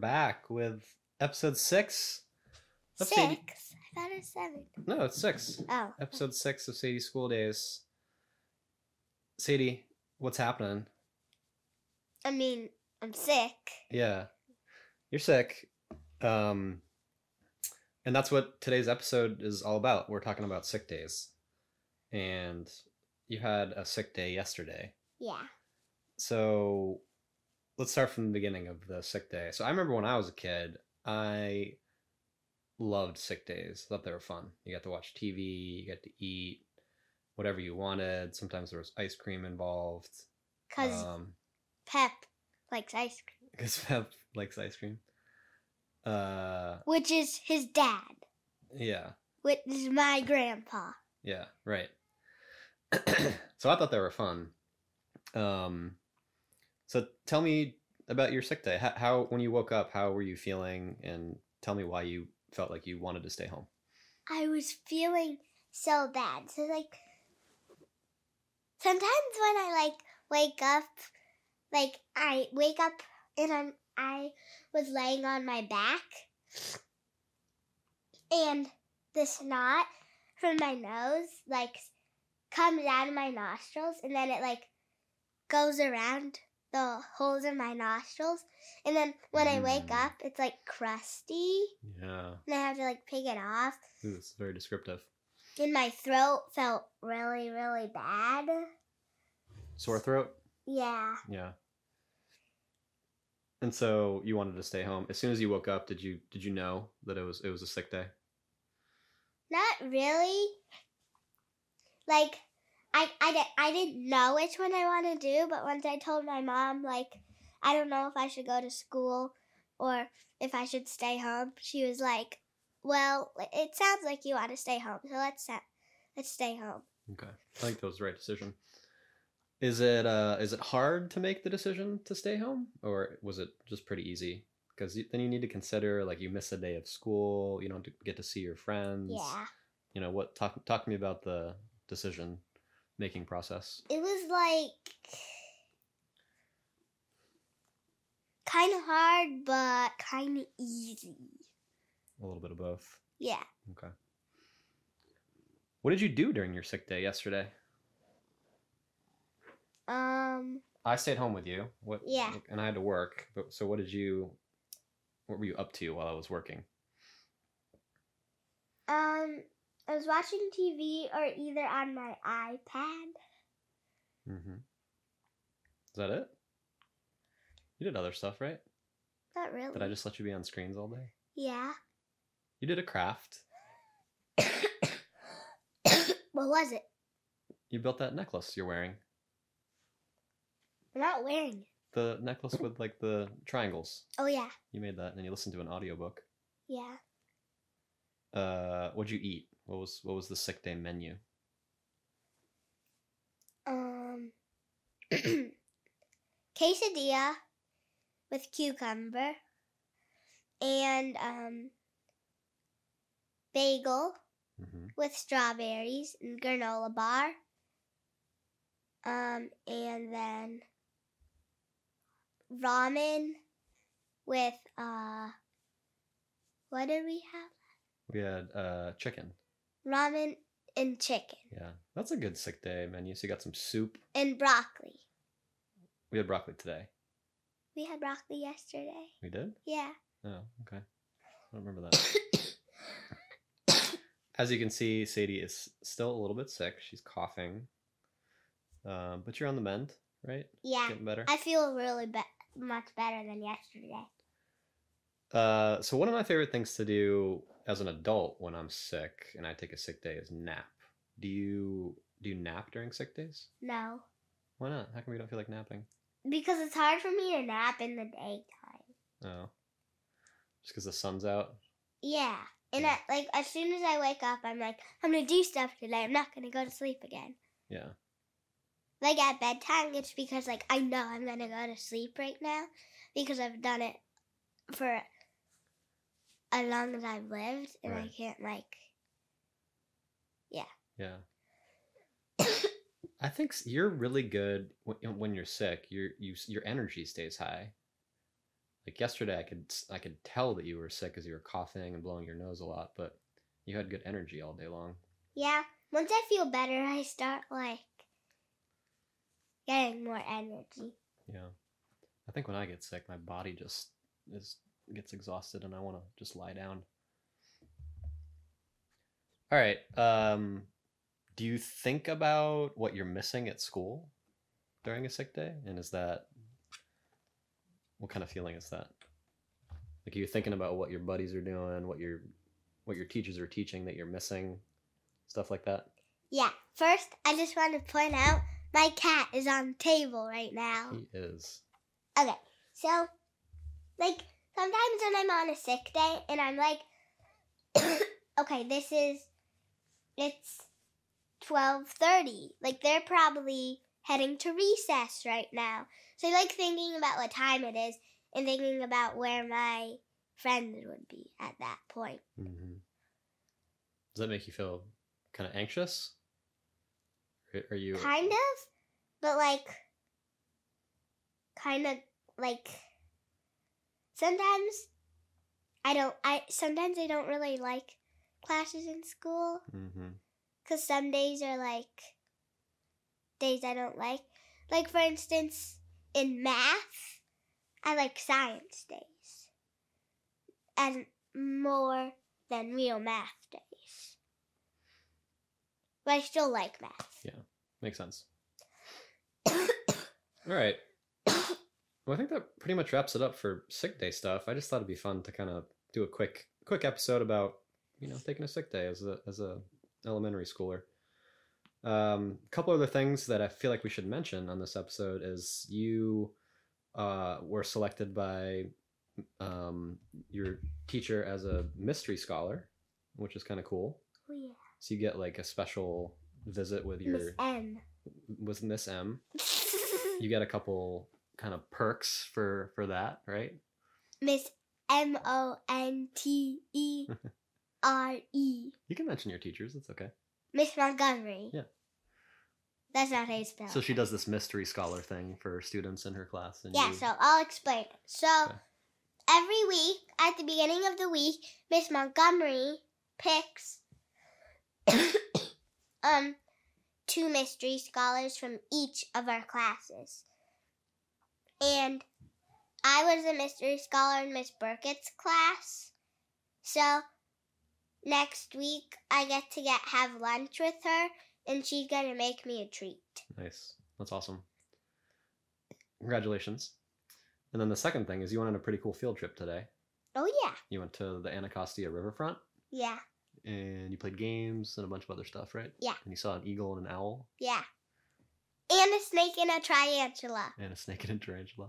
back with episode six. of Six? Sadie- I thought it was seven. No, it's six. Oh. Episode six of Sadie School Days. Sadie, what's happening? I mean, I'm sick. Yeah. You're sick. Um and that's what today's episode is all about. We're talking about sick days. And you had a sick day yesterday. Yeah. So let's start from the beginning of the sick day. So I remember when I was a kid, I loved sick days. Thought they were fun. You got to watch TV, you got to eat whatever you wanted. Sometimes there was ice cream involved. Because um, Pep likes ice cream, because Pep likes ice cream. Uh, which is his dad, yeah, which is my grandpa. yeah, right. so I thought they were fun. Um, so tell me about your sick day. How, how when you woke up, how were you feeling? And tell me why you felt like you wanted to stay home. I was feeling so bad. So, like, sometimes when I, like, wake up, like, I wake up and I'm, I was laying on my back and the snot from my nose, like, comes out of my nostrils and then it, like, goes around the holes in my nostrils. And then when I wake Mm. up, it's, like, crusty Yeah, and I have to, like, pick it off it's very descriptive. and my throat felt really, really bad. Sore throat. Yeah. Yeah. And so you wanted to stay home. As soon as you woke up, did you did you know that it was it was a sick day? Not really. Like, I, I, di- I didn't know which one I want to do, but once I told my mom, like, I don't know if I should go to school or if I should stay home, she was like, well, it sounds like you want to stay home, so let's, sa- let's stay home. Okay. I think that was the right decision. Is it uh is it hard to make the decision to stay home or was it just pretty easy? Cuz then you need to consider like you miss a day of school, you don't get to see your friends. Yeah. You know, what talk talk to me about the decision making process. it was like kind of hard but kind of easy A little bit of both. yeah Okay. What did you do during your sick day yesterday? um I stayed home with you. What Yeah. And I had to work. But so what did you what were you up to while I was working? um i was watching tv or either on my ipad Mm-hmm. Is that it? You did other stuff, right? not really Did I just let you be on screens all day? yeah You did a craft. what was it You built that necklace you're wearing. i'm not wearing it The necklace with like the triangles. oh yeah You made that and then you listened to an audiobook. yeah Uh what'd you eat? What was what was the sick day menu? um quesadilla with cucumber and um bagel Mm-hmm. with strawberries and granola bar. Um, and then ramen with uh, what did we have? We had uh chicken. Ramen and chicken Yeah. That's a good sick day menu. So you got some soup. and broccoli. We had broccoli today. We had broccoli yesterday. We did? Yeah. Oh, okay. I don't remember that. As you can see, Sadie is still a little bit sick. She's coughing. Um, but you're on the mend, right? Yeah. Getting better. I feel really be- much better than yesterday. Uh, so one of my favorite things to do as an adult when I'm sick and I take a sick day is nap. Do you do you nap during sick days? No. Why not? How come you don't feel like napping? Because it's hard for me to nap in the daytime. Oh, just because the sun's out. Yeah. And I, Yeah. like as soon as I wake up, I'm like, I'm gonna do stuff today. I'm not gonna go to sleep again. Yeah. Like at bedtime, it's because like I know I'm gonna go to sleep right now because I've done it for as long as I've lived, and I Right. can't like. Yeah. I think s- you're really good when, when you're sick. Your you s- your energy stays high. Like yesterday, I could s- I could tell that you were sick because you were coughing and blowing your nose a lot, but you had good energy all day long. Yeah. Once I feel better, I start like getting more energy. Yeah. I think when I get sick, my body just is gets exhausted and I want to just lie down. All right. Um do you think about what you're missing at school during a sick day and is that what kind of feeling is that? Like are you thinking about what your buddies are doing, what your what your teachers are teaching that you're missing, stuff like that? Yeah. First, I just want to point out my cat is on the table right now. He is. Okay. So, like, sometimes when I'm on a sick day and I'm like, okay, this is, it's 12.30. Like, they're probably heading to recess right now. So, I like thinking about what time it is and thinking about where my friends would be at that point. Mm-hmm. Does that make you feel kind of anxious? Or Are you Kind of, but like, kind of like. Sometimes I don't. I sometimes I don't really like classes in school Mm-hmm. because some days are like days I don't like. Like for instance, in math, I like science days, and more than real math days. But I still like math. Makes sense. All right. Well, I think that pretty much wraps it up for sick day stuff. I just thought it'd be fun to kind of do a quick quick episode about you know taking a sick day as a as a elementary schooler. Um, a couple other things that I feel like we should mention on this episode is you uh, were selected by um, your teacher as a mystery scholar, which is kind of cool. Oh yeah. So you get like a special visit with Miss your M. with Miss M. You get a couple kind of perks for for that, right? Miss M O N T E R E. You can mention your teachers. It's okay. Miss Montgomery. Yeah. That's not how you spell So it. she does this mystery scholar thing for students in her class. And Yeah, you- so I'll explain it. So Okay. every week, at the beginning of the week, Miss Montgomery picks um two mystery scholars from each of our classes. And I was a mystery scholar in Miss Burkett's class. So next week I get to get have lunch with her and she's gonna make me a treat. nice. That's awesome. Congratulations. And then the second thing is you went on a pretty cool field trip today. Oh yeah. You went to the Anacostia Riverfront Yeah, and you played games and a bunch of other stuff, right? Yeah. And you saw an eagle and an owl yeah. And a snake and a tarantula. and a snake and a tarantula.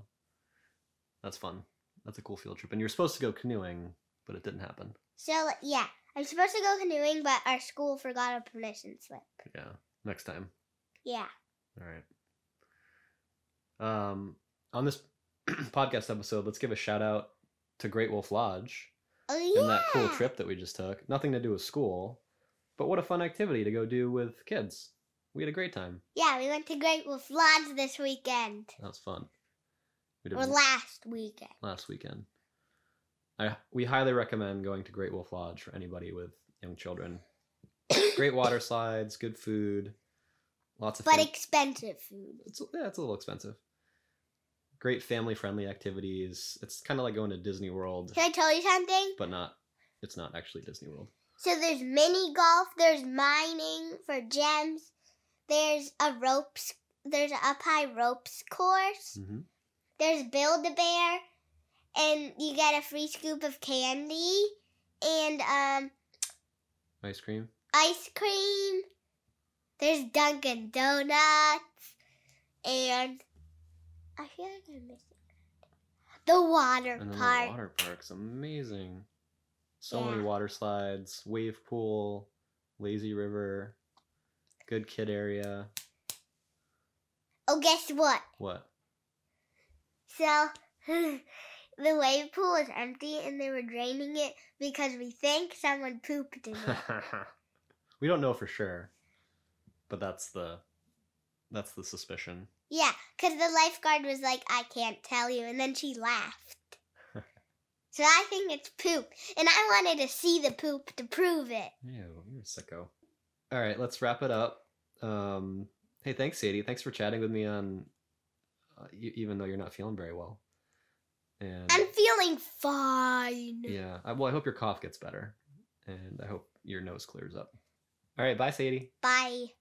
That's fun. That's a cool field trip. And you were supposed to go canoeing, but it didn't happen. So yeah, I'm supposed to go canoeing, but our school forgot a permission slip. Yeah. Next time. Yeah. All right. Um, on this podcast episode, let's give a shout out to Great Wolf Lodge Oh yeah. and that cool trip that we just took. Nothing to do with school, but what a fun activity to go do with kids. We had a great time. Yeah, we went to Great Wolf Lodge this weekend That was fun. We did or last weekend. last weekend. I we highly recommend going to Great Wolf Lodge for anybody with young children. great water slides, good food, lots of But fam- expensive food. it's yeah, it's a little expensive. Great family friendly activities. It's kind of like going to Disney World, Should I tell you something? but not. It's not actually Disney World. So there's mini golf, there's mining for gems, there's a ropes, there's a up high ropes course, Mm-hmm. there's build a bear, and you get a free scoop of candy and um, Ice cream. ice cream. There's Dunkin' Donuts, and I feel like I'm missing the water And then park. the water park's amazing. So Yeah. many water slides, wave pool, lazy river, good kid area. Oh, guess what? What? So the wave pool was empty, and they were draining it because we think someone pooped in it. we don't know for sure, but that's the that's the suspicion. yeah, because the lifeguard was like, "I can't tell you," and then she laughed. So I think it's poop. And I wanted to see the poop to prove it. Ew, you're a sicko. All right, let's wrap it up. Um, hey, thanks, Sadie. Thanks for chatting with me on, uh, e- even though you're not feeling very well. And I'm feeling fine. yeah, I, well, I hope your cough gets better, and I hope your nose clears up. All right, bye, Sadie. Bye.